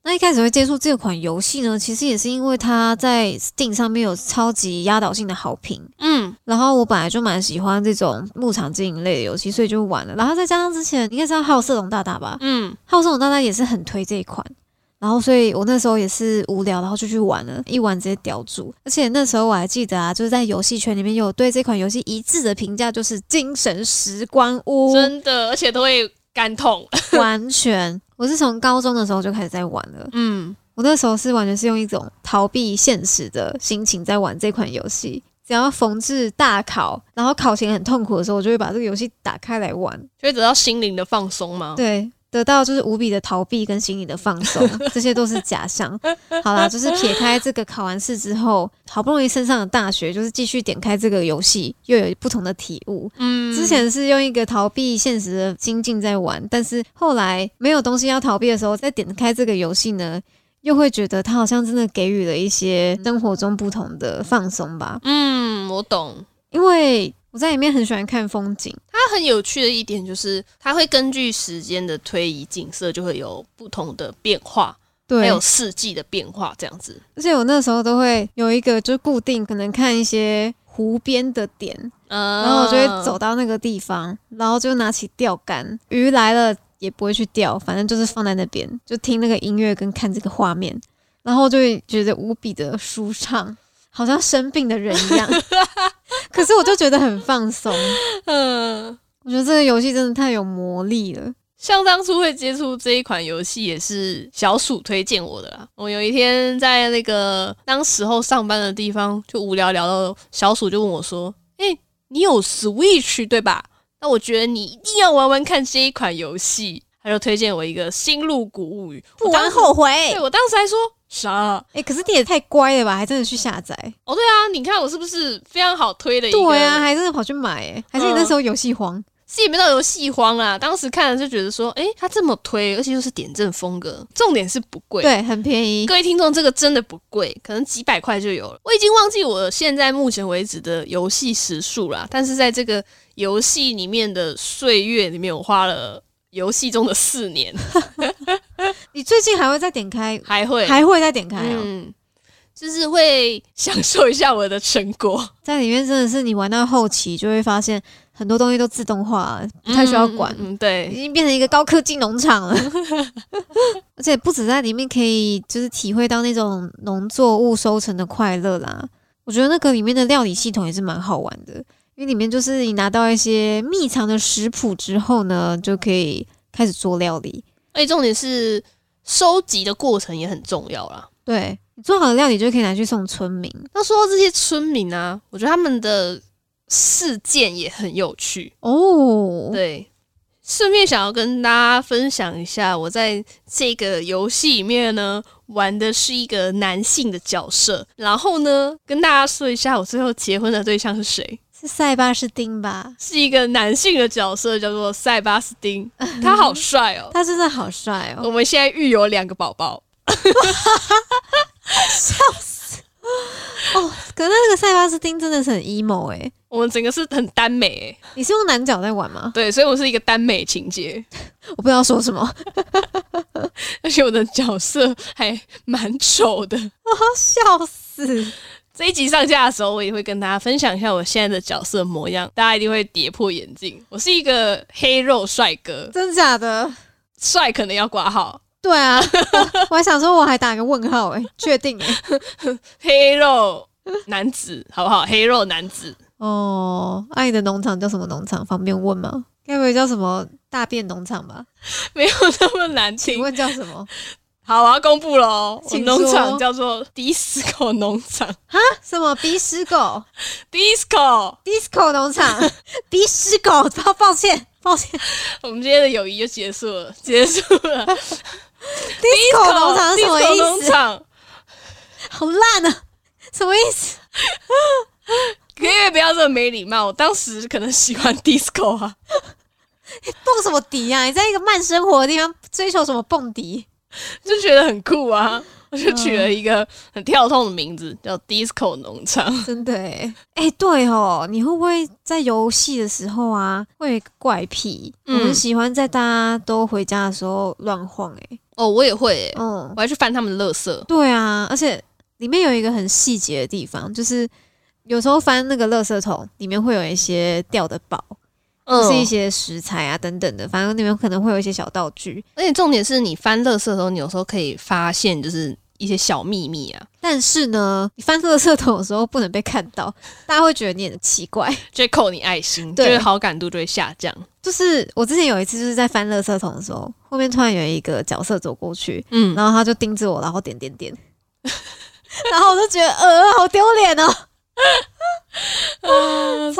Speaker 1: 那一开始会接触这款游戏呢，其实也是因为它在 Steam 上面有超级压倒性的好评，
Speaker 2: 嗯，
Speaker 1: 然后我本来就蛮喜欢这种牧场经营类的游戏，所以就玩了。然后再加上之前你应该知道好色龙大大吧？
Speaker 2: 嗯，
Speaker 1: 好色龙大大也是很推这一款。然后，所以我那时候也是无聊，然后就去玩了，一玩直接屌住。而且那时候我还记得啊，就是在游戏圈里面有对这款游戏一致的评价，就是精神时光屋，
Speaker 2: 真的，而且都会感痛。
Speaker 1: 完全。我是从高中的时候就开始在玩了，
Speaker 2: 嗯，
Speaker 1: 我那时候是完全是用一种逃避现实的心情在玩这款游戏。只要逢至大考，然后考前很痛苦的时候，我就会把这个游戏打开来玩，
Speaker 2: 就会得到心灵的放松吗？
Speaker 1: 对，得到就是无比的逃避跟心理的放 松，这些都是假象。好啦，就是撇开这个考完试之后，好不容易升上了大学，就是继续点开这个游戏，又有不同的体悟。
Speaker 2: 嗯
Speaker 1: 之前是用一个逃避现实的心境在玩，但是后来没有东西要逃避的时候，再点开这个游戏呢，又会觉得它好像真的给予了一些生活中不同的放松吧。
Speaker 2: 嗯，我懂。
Speaker 1: 因为我在里面很喜欢看风景，
Speaker 2: 它很有趣的一点就是，它会根据时间的推移，景色就会有不同的变化，还
Speaker 1: 对，
Speaker 2: 有四季的变化，这样子。
Speaker 1: 而且我那时候都会有一个就是固定，可能看一些湖边的点，
Speaker 2: 嗯
Speaker 1: 然后我就会走到那个地方，然后就拿起钓竿，鱼来了也不会去钓，反正就是放在那边，就听那个音乐跟看这个画面，然后就会觉得无比的舒畅，好像生病的人一 样。可是我就觉得很放松，
Speaker 2: 嗯，
Speaker 1: 我觉得这个游戏真的太有魔力了。
Speaker 2: 像当初会接触这一款游戏，也是小鼠推荐我的啦。我有一天在那个当时候上班的地方，就无聊聊到小鼠就问我说：“诶，你有 Switch 对吧？那我觉得你一定要玩玩看这一款游戏。”他就推荐我一个《星露谷物语》，我当时
Speaker 1: 悔。
Speaker 2: 对我当时还说啥？
Speaker 1: 哎、可是你也太乖了吧，还真的去下载。
Speaker 2: 哦，对啊，你看我是不是非常好推的一个？
Speaker 1: 对啊，还真的跑去买、欸，还是你那时候游戏荒？
Speaker 2: 是也没到游戏荒啦。当时看了就觉得说，诶，他这么推，而且又是点阵风格，重点是不贵。
Speaker 1: 对，很便宜
Speaker 2: 各。位听众，这个真的不贵，可能几百块就有了。我已经忘记我现在目前为止的游戏时数啦，但是在这个游戏里面的岁月里面，我花了游戏中的四年，
Speaker 1: 你最近还会再点开，
Speaker 2: 还会
Speaker 1: 还会再点开哦、
Speaker 2: 嗯，就是会享受一下我的成果，
Speaker 1: 在里面真的是你玩到后期就会发现很多东西都自动化，不 太需要管，
Speaker 2: 嗯，嗯嗯
Speaker 1: 已
Speaker 2: 对，
Speaker 1: 经变成一个高科技农场 了。而且不止在里面可以就是体会到那种农作物收成的快乐啦，我觉得那个里面的料理系统也是蛮好玩的，因为里面就是你拿到一些秘藏的食谱之后呢，就可以开始做料理。
Speaker 2: 而且重点是收集的过程也很重要啦。
Speaker 1: 对你做好的料理就可以拿去送村民。
Speaker 2: 那说到这些村民啊，我觉得他们的事件也很有趣。
Speaker 1: 哦，
Speaker 2: 对，顺便想要跟大家分享一下，我在这个游戏里面呢玩的是一个男性的角色，然后呢跟大家说一下，我最后结婚的对象是谁。
Speaker 1: 是塞巴斯丁吧？
Speaker 2: 是一个男性的角色，叫做塞巴斯丁， 他好帅哦！
Speaker 1: 他真的好帅哦！
Speaker 2: 我们现在育有两个宝宝，
Speaker 1: 哦，可是那个塞巴斯丁真的是很 emo 哎、
Speaker 2: 我们整个是很耽美欸，
Speaker 1: 你是用男角在玩吗？
Speaker 2: 对，所以我是一个耽美情节，
Speaker 1: 我不知道说什么， 好
Speaker 2: 而且我的角色还蛮丑的，
Speaker 1: 笑死！
Speaker 2: 这一集上架的时候，我也会跟大家分享一下我现在的角色模样，大家一定会跌破眼镜。我是一个黑肉帅哥，
Speaker 1: 真假的？
Speaker 2: 帅可能要挂号，
Speaker 1: 对啊，我 我还想说我还打个问号哎、确定哎、
Speaker 2: 黑肉男子，好不好？黑肉男子，
Speaker 1: 哦，爱、你的农场叫什么农场？方便问吗？该不会叫什么大便农场吧？
Speaker 2: 没有那么难
Speaker 1: 请
Speaker 2: 听。
Speaker 1: 问叫什么？
Speaker 2: 好，我要公布喽，我
Speaker 1: 请
Speaker 2: 农场
Speaker 1: 说
Speaker 2: 叫做 Disco 农 场
Speaker 1: 什么鼻屎狗
Speaker 2: ，Disco。
Speaker 1: ？Disco 农场？鼻屎狗？抱抱歉，抱歉
Speaker 2: 我们今天的友谊就结束了，结束了。
Speaker 1: ，Disco 农场是什么
Speaker 2: Disco
Speaker 1: 意
Speaker 2: 农
Speaker 1: 思？
Speaker 2: 场
Speaker 1: 好烂啊！什么意思？
Speaker 2: 可以不要这么没礼貌。我当时可能喜欢 Disco 啊，
Speaker 1: 蹦什么迪啊？你在一个慢生活的地方追求什么蹦 迪？
Speaker 2: 就觉得很酷啊，我就取了一个很跳痛的名字，叫 Disco 农场。
Speaker 1: 真的哎、哎、对哦，你会不会在游戏的时候啊，会有一个怪癖？
Speaker 2: 嗯
Speaker 1: 我很喜欢在大家都回家的时候乱晃哎、
Speaker 2: 哦，我也会、欸，
Speaker 1: 嗯，
Speaker 2: 我还去翻他们的垃圾。
Speaker 1: 对啊，而且里面有一个很细节的地方，就是有时候翻那个垃圾桶，里面会有一些掉的宝，
Speaker 2: 嗯
Speaker 1: 就是一些食材啊等等的，反正里面可能会有一些小道具。
Speaker 2: 而且重点是你翻垃圾的时候，你有时候可以发现就是一些小秘密啊，
Speaker 1: 但是呢，你翻垃圾桶的时候不能被看到，大家会觉得你很奇怪。
Speaker 2: 就会扣你爱心，就
Speaker 1: 对
Speaker 2: 会好感度就会下降。
Speaker 1: 就是我之前有一次就是在翻垃圾桶的时候，后面突然有一个角色走过去，
Speaker 2: 嗯，
Speaker 1: 然后他就盯着我，然后点点点， 然后我就觉得呃好丢脸哦，
Speaker 2: 在
Speaker 1: 超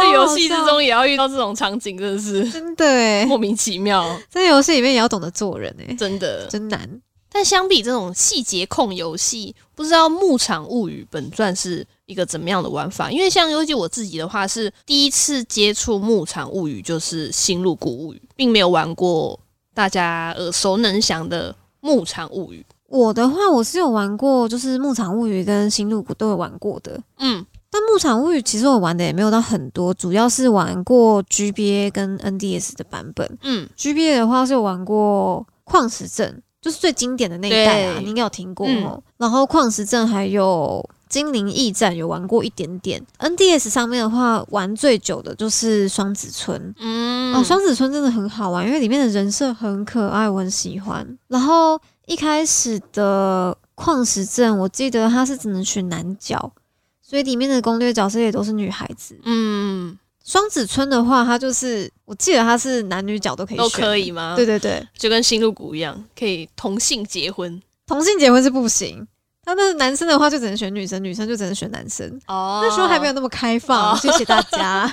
Speaker 2: 嗯游
Speaker 1: 好
Speaker 2: 戏之
Speaker 1: 笑
Speaker 2: 中也要遇到这种场景，真的是
Speaker 1: 真的哎，
Speaker 2: 莫名其妙，
Speaker 1: 在游戏里面也要懂得做人哎，
Speaker 2: 真的。
Speaker 1: 真难。
Speaker 2: 但相比这种细节控游戏，不知道《牧场物语》本传是一个怎么样的玩法？因为像尤其我自己的话，是第一次接触《牧场物语》，就是《新入谷物语》，并没有玩过大家耳熟能详的《牧场物语》。
Speaker 1: 我的话，我是有玩过，就是《牧场物语》跟《新露谷》都有玩过的。
Speaker 2: 嗯，
Speaker 1: 但牧场物语其实我玩的也没有到很多，主要是玩过 GBA 跟 NDS 的版本。
Speaker 2: 嗯，
Speaker 1: GBA 的话是有玩过矿石镇，就是最经典的那一代啊，
Speaker 2: 对
Speaker 1: 你应该有听过
Speaker 2: 嗯
Speaker 1: 哦。然后矿石镇还有精灵驿站有玩过一点点。NDS 上面的话，玩最久的就是双子村。
Speaker 2: 嗯
Speaker 1: 哦，双子村真的很好玩，因为里面的人设很可爱，我很喜欢。然后一开始的矿石镇，我记得它是只能选男角，所以里面的攻略角色也都是女孩子。
Speaker 2: 嗯
Speaker 1: 双子村的话，它就是我记得它是男女角都可以
Speaker 2: 都
Speaker 1: 选
Speaker 2: 可以吗？
Speaker 1: 对，对对，
Speaker 2: 就跟新入谷一样，可以同性结婚
Speaker 1: 同性结婚是不行。他们男生的话就只能选女生，女生就只能选男生。
Speaker 2: 哦
Speaker 1: 那时候还没有，那么开放，
Speaker 2: 哦
Speaker 1: 谢谢大 家。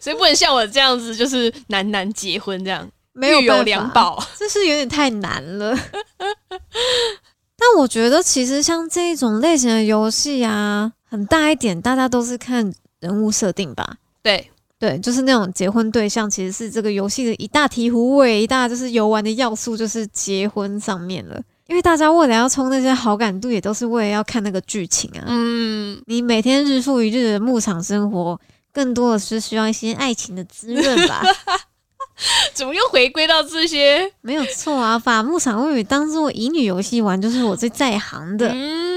Speaker 2: 所以不能像我这样子，就是男男结婚这样，
Speaker 1: 没有
Speaker 2: 育有
Speaker 1: 办
Speaker 2: 两
Speaker 1: 法，
Speaker 2: 宝。
Speaker 1: 这是有点太难了。 但我觉得其实像这一种类型的游戏啊，很大一点，大家都是看人物设定吧。
Speaker 2: 对，
Speaker 1: 对，就是那种结婚对象，其实是这个游戏的一大醍醐味，一大就是游玩的要素，就是结婚上面了。因为大家为了要冲那些好感度，也都是为了要看那个剧情啊。
Speaker 2: 嗯，
Speaker 1: 你每天日复一日的牧场生活，更多的是需要一些爱情的滋润吧？
Speaker 2: 怎么又回归到这些？
Speaker 1: 没有错啊，把牧场物语当做乙女游戏玩，就是我最在行的。
Speaker 2: 嗯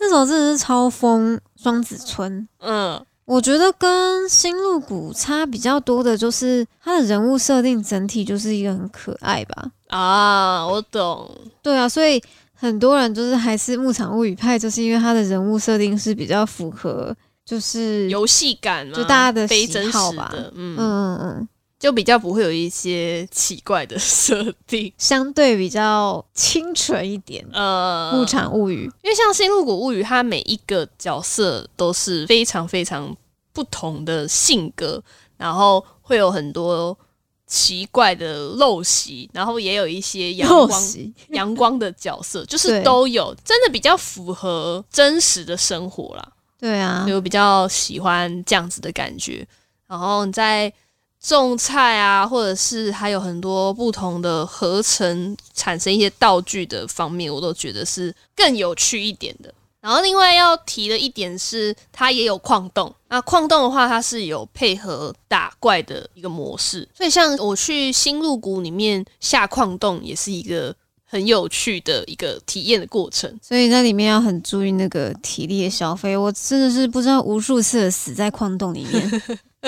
Speaker 1: 那时候真的是超疯双子村。
Speaker 2: 嗯
Speaker 1: 我觉得跟新露谷差比较多的就是它的人物设定整体就是一个很可爱吧？
Speaker 2: 啊，我懂。
Speaker 1: 对啊，所以很多人就是还是牧场物语派，就是因为它的人物设定是比较符合，就是
Speaker 2: 游戏感嘛，
Speaker 1: 就大家的
Speaker 2: 非
Speaker 1: 喜
Speaker 2: 真
Speaker 1: 好
Speaker 2: 实
Speaker 1: 吧
Speaker 2: 的，嗯，
Speaker 1: 嗯嗯嗯。
Speaker 2: 就比较不会有一些奇怪的设定。
Speaker 1: 相对比较清纯一点，
Speaker 2: 呃，
Speaker 1: 牧场物语》
Speaker 2: 因为像《新露谷物语》，它每一个角色都是非常非常不同的性格，然后会有很多奇怪的陋习，然后也有一些阳
Speaker 1: 陋
Speaker 2: 光
Speaker 1: 习。
Speaker 2: 阳光的角色，就是
Speaker 1: 对
Speaker 2: 都有，真的比较符合真实的生活啦。
Speaker 1: 对啊
Speaker 2: 所以，我比较喜欢这样子的感觉。然后你在种菜啊，或者是还有很多不同的合成产生一些道具的方面，我都觉得是更有趣一点的。然后另外要提的一点是，它也有矿洞。那矿洞的话，它是有配合打怪的一个模式，所以像我去新入谷里面下矿洞，也是一个很有趣的一个体验的过程。
Speaker 1: 所以在里面要很注意那个体力的消费。我真的是不知道无数次的死在矿洞里 面，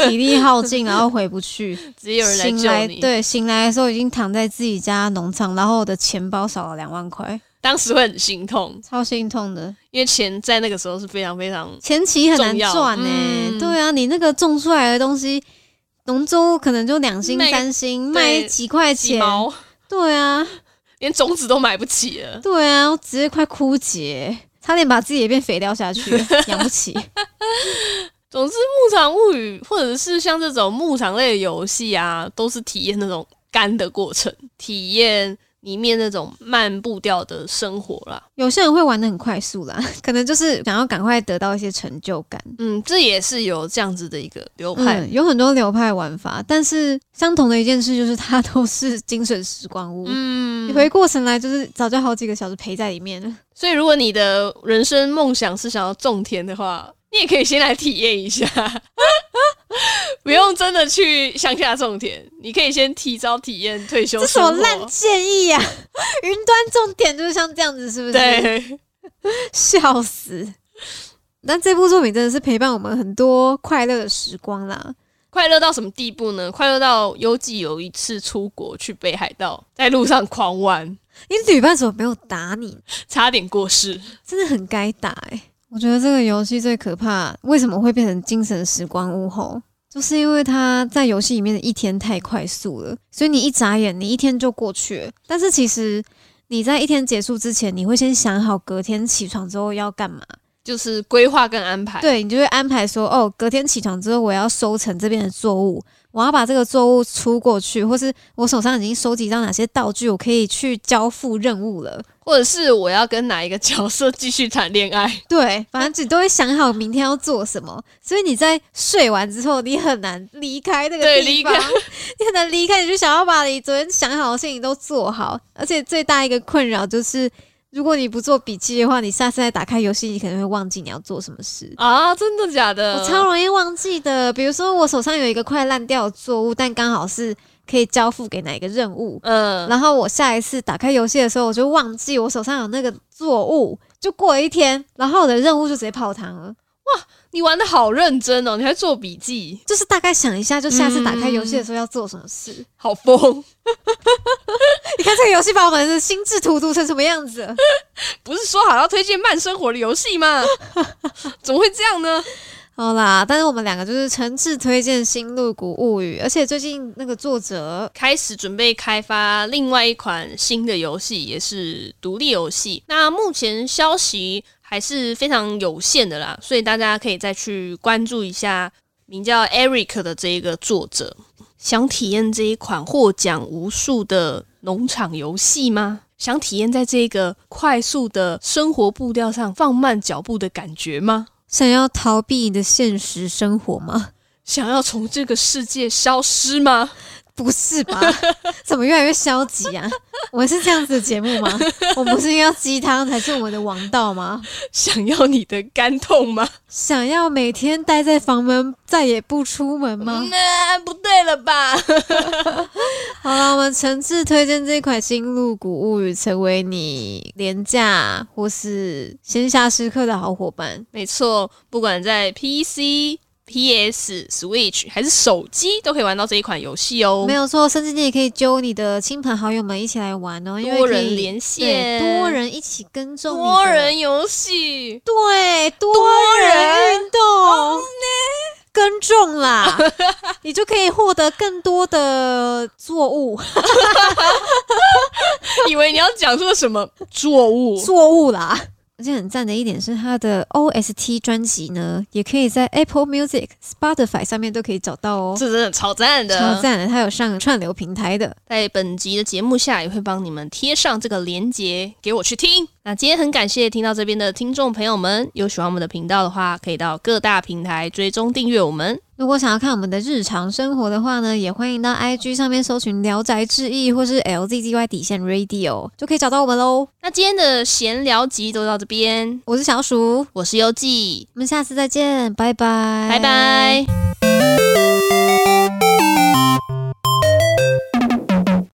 Speaker 1: 体力耗尽，然后回不去。
Speaker 2: 直 接有人来
Speaker 1: 醒
Speaker 2: 救
Speaker 1: 来，
Speaker 2: 你，，
Speaker 1: 对，醒来的时候已经躺在自己家农场，然后我的钱包少了两万块，
Speaker 2: 当时会很心痛。
Speaker 1: 超心痛的。
Speaker 2: 因为钱在那个时候是非常非常
Speaker 1: 前期很难赚呢、
Speaker 2: 重要嗯
Speaker 1: 对啊，你那个种出来的东西，农州可能就两星
Speaker 2: 卖个
Speaker 1: 三星，
Speaker 2: 对
Speaker 1: 卖几块
Speaker 2: 鸡
Speaker 1: 钱，
Speaker 2: 毛，
Speaker 1: 对啊。
Speaker 2: 连种子都买不起了。
Speaker 1: 对啊，我直接快枯竭，差点把自己也变肥料下 去了，养不起。
Speaker 2: 总之，牧场物语或者是像这种牧场类的游戏啊，都是体验那种干的过程，体验里面那种慢步调的生活啦。
Speaker 1: 有些人会玩的很快速啦， 可能就是想要赶快得到一些成就感。
Speaker 2: 嗯，这也是有这样子的一个流派。
Speaker 1: 嗯，有很多流派玩法，但是相同的一件事就是它都是精神时光屋。
Speaker 2: 嗯
Speaker 1: 你，回过神来，就是早就好几个小时陪在里面了。
Speaker 2: 所以如果你的人生梦想是想要种田的话，你也可以先来体验一下， 不用真的去乡下种田，你可以先提早体验退休
Speaker 1: 这什
Speaker 2: 生
Speaker 1: 么
Speaker 2: 活。
Speaker 1: 烂建议 呀、云端重点就是像这样子，是不是？，
Speaker 2: 对，
Speaker 1: 笑死。但这部作品真的是陪伴我们很多快乐的时光啦。
Speaker 2: 快乐到什么地步呢？快乐到优纪有一次出国去北海道，在路上狂玩，
Speaker 1: 你旅伴怎么没有打你
Speaker 2: 差点过世。
Speaker 1: 真的很该打哎、我觉得这个游戏最可怕，为什么会变成精神时光屋后？就是因为它在游戏里面的一天太快速了，所以你一眨眼，你一天就过去了。但是其实你在一天结束之前，你会先想好隔天起床之后要干嘛，
Speaker 2: 就是规划跟安 排，
Speaker 1: 对你就会安排说，哦，隔天起床之后我要收成这边的作物，我要把这个作物出过去，或是我手上已经收集到哪些道具，我可以去交付任务了。
Speaker 2: 或者是我要跟哪一个角色继续谈恋爱，
Speaker 1: 对，反正你都会想好明天要做什 么，所以你在睡完之后，你很难离开那个
Speaker 2: 对
Speaker 1: 地
Speaker 2: 离
Speaker 1: 方，
Speaker 2: 开
Speaker 1: 你很难离开，你就想要把你昨天想好的事情都做好，而且最大一个困扰就是如果你不做笔记的话，你下次再打开游戏，你可能会忘记你要做什么事。
Speaker 2: 啊，真的假的？
Speaker 1: 我超容易忘记的，比如说我手上有一个快烂掉的作物，但刚好是可以交付给哪一个任务，
Speaker 2: 嗯，
Speaker 1: 然后我下一次打开游戏的时候，我就忘记我手上有那个作物，就过了一天，然后我的任务就直接泡汤了。
Speaker 2: 你玩的好认真哦，你还做笔记，
Speaker 1: 就是大概想一下，就下次打开游戏的时候要做什么事。
Speaker 2: 好疯！
Speaker 1: 你看这个游戏把我们的心智荼毒成什么样子了？
Speaker 2: 不是说好要推荐慢生活的游戏 吗？怎么会这样呢？
Speaker 1: 好啦，但是我们两个就是诚挚推荐《新露谷物语》，而且最近那个作者
Speaker 2: 开始准备开发另外一款新的游戏，也是独立游戏。那目前消息还是非常有限的啦，所以大家可以再去关注一下名叫 Eric 的这一个作者。想体验这一款获奖无数的农场游戏吗？想体验在这个快速的生活步调上放慢脚步的感觉吗？
Speaker 1: 想要逃避你的现实生活吗？
Speaker 2: 想要从这个世界消失吗？
Speaker 1: 不是吧？怎么越来越消极啊？我们是这样子的节目吗？我们不是应该要鸡汤才是我们的王道吗？
Speaker 2: 想要你的肝痛吗？
Speaker 1: 想要每天待在房门再也不出门吗？
Speaker 2: 那、嗯不对了吧？
Speaker 1: 好了，我们诚挚推荐这款《新露谷物语》，成为你廉价或是闲暇时刻的好伙伴。
Speaker 2: 没错，不管在 PC、PS、Switch 还是手机，都可以玩到这一款游戏哦
Speaker 1: 没。有错，甚至你也可以揪你的亲朋好友们一起来玩哦，因为
Speaker 2: 多
Speaker 1: 可以
Speaker 2: 人连线
Speaker 1: 对，多人一起跟踪你的，
Speaker 2: 多人游 戏，
Speaker 1: 对多
Speaker 2: 人
Speaker 1: 人运动。耕种啦， 你就可以获得更多的作物，
Speaker 2: 以为你要讲出什么作物？
Speaker 1: 作物啦。而且很赞的一点是，它的 OST 专辑呢，也可以在 Apple Music、Spotify 上面都可以找到哦
Speaker 2: 这。真的超赞的！
Speaker 1: 超赞的，它有上串流平台的。
Speaker 2: 在本集的节目下，也会帮你们贴上这个链接，给我去听。那今天很感谢听到这边的听众朋友们，有喜欢我们的频道的话，可以到各大平台追踪订阅我们。
Speaker 1: 如果想要看我们的日常生活的话呢，也欢迎到 IG 上面搜寻《聊斋志异》或是 LZZY 底线 Radio，就可以找到我们喽。
Speaker 2: 那今天的闲聊集都到这边，
Speaker 1: 我是小鼠，
Speaker 2: 我是优记，
Speaker 1: 我们下次再见，拜拜，
Speaker 2: 拜拜。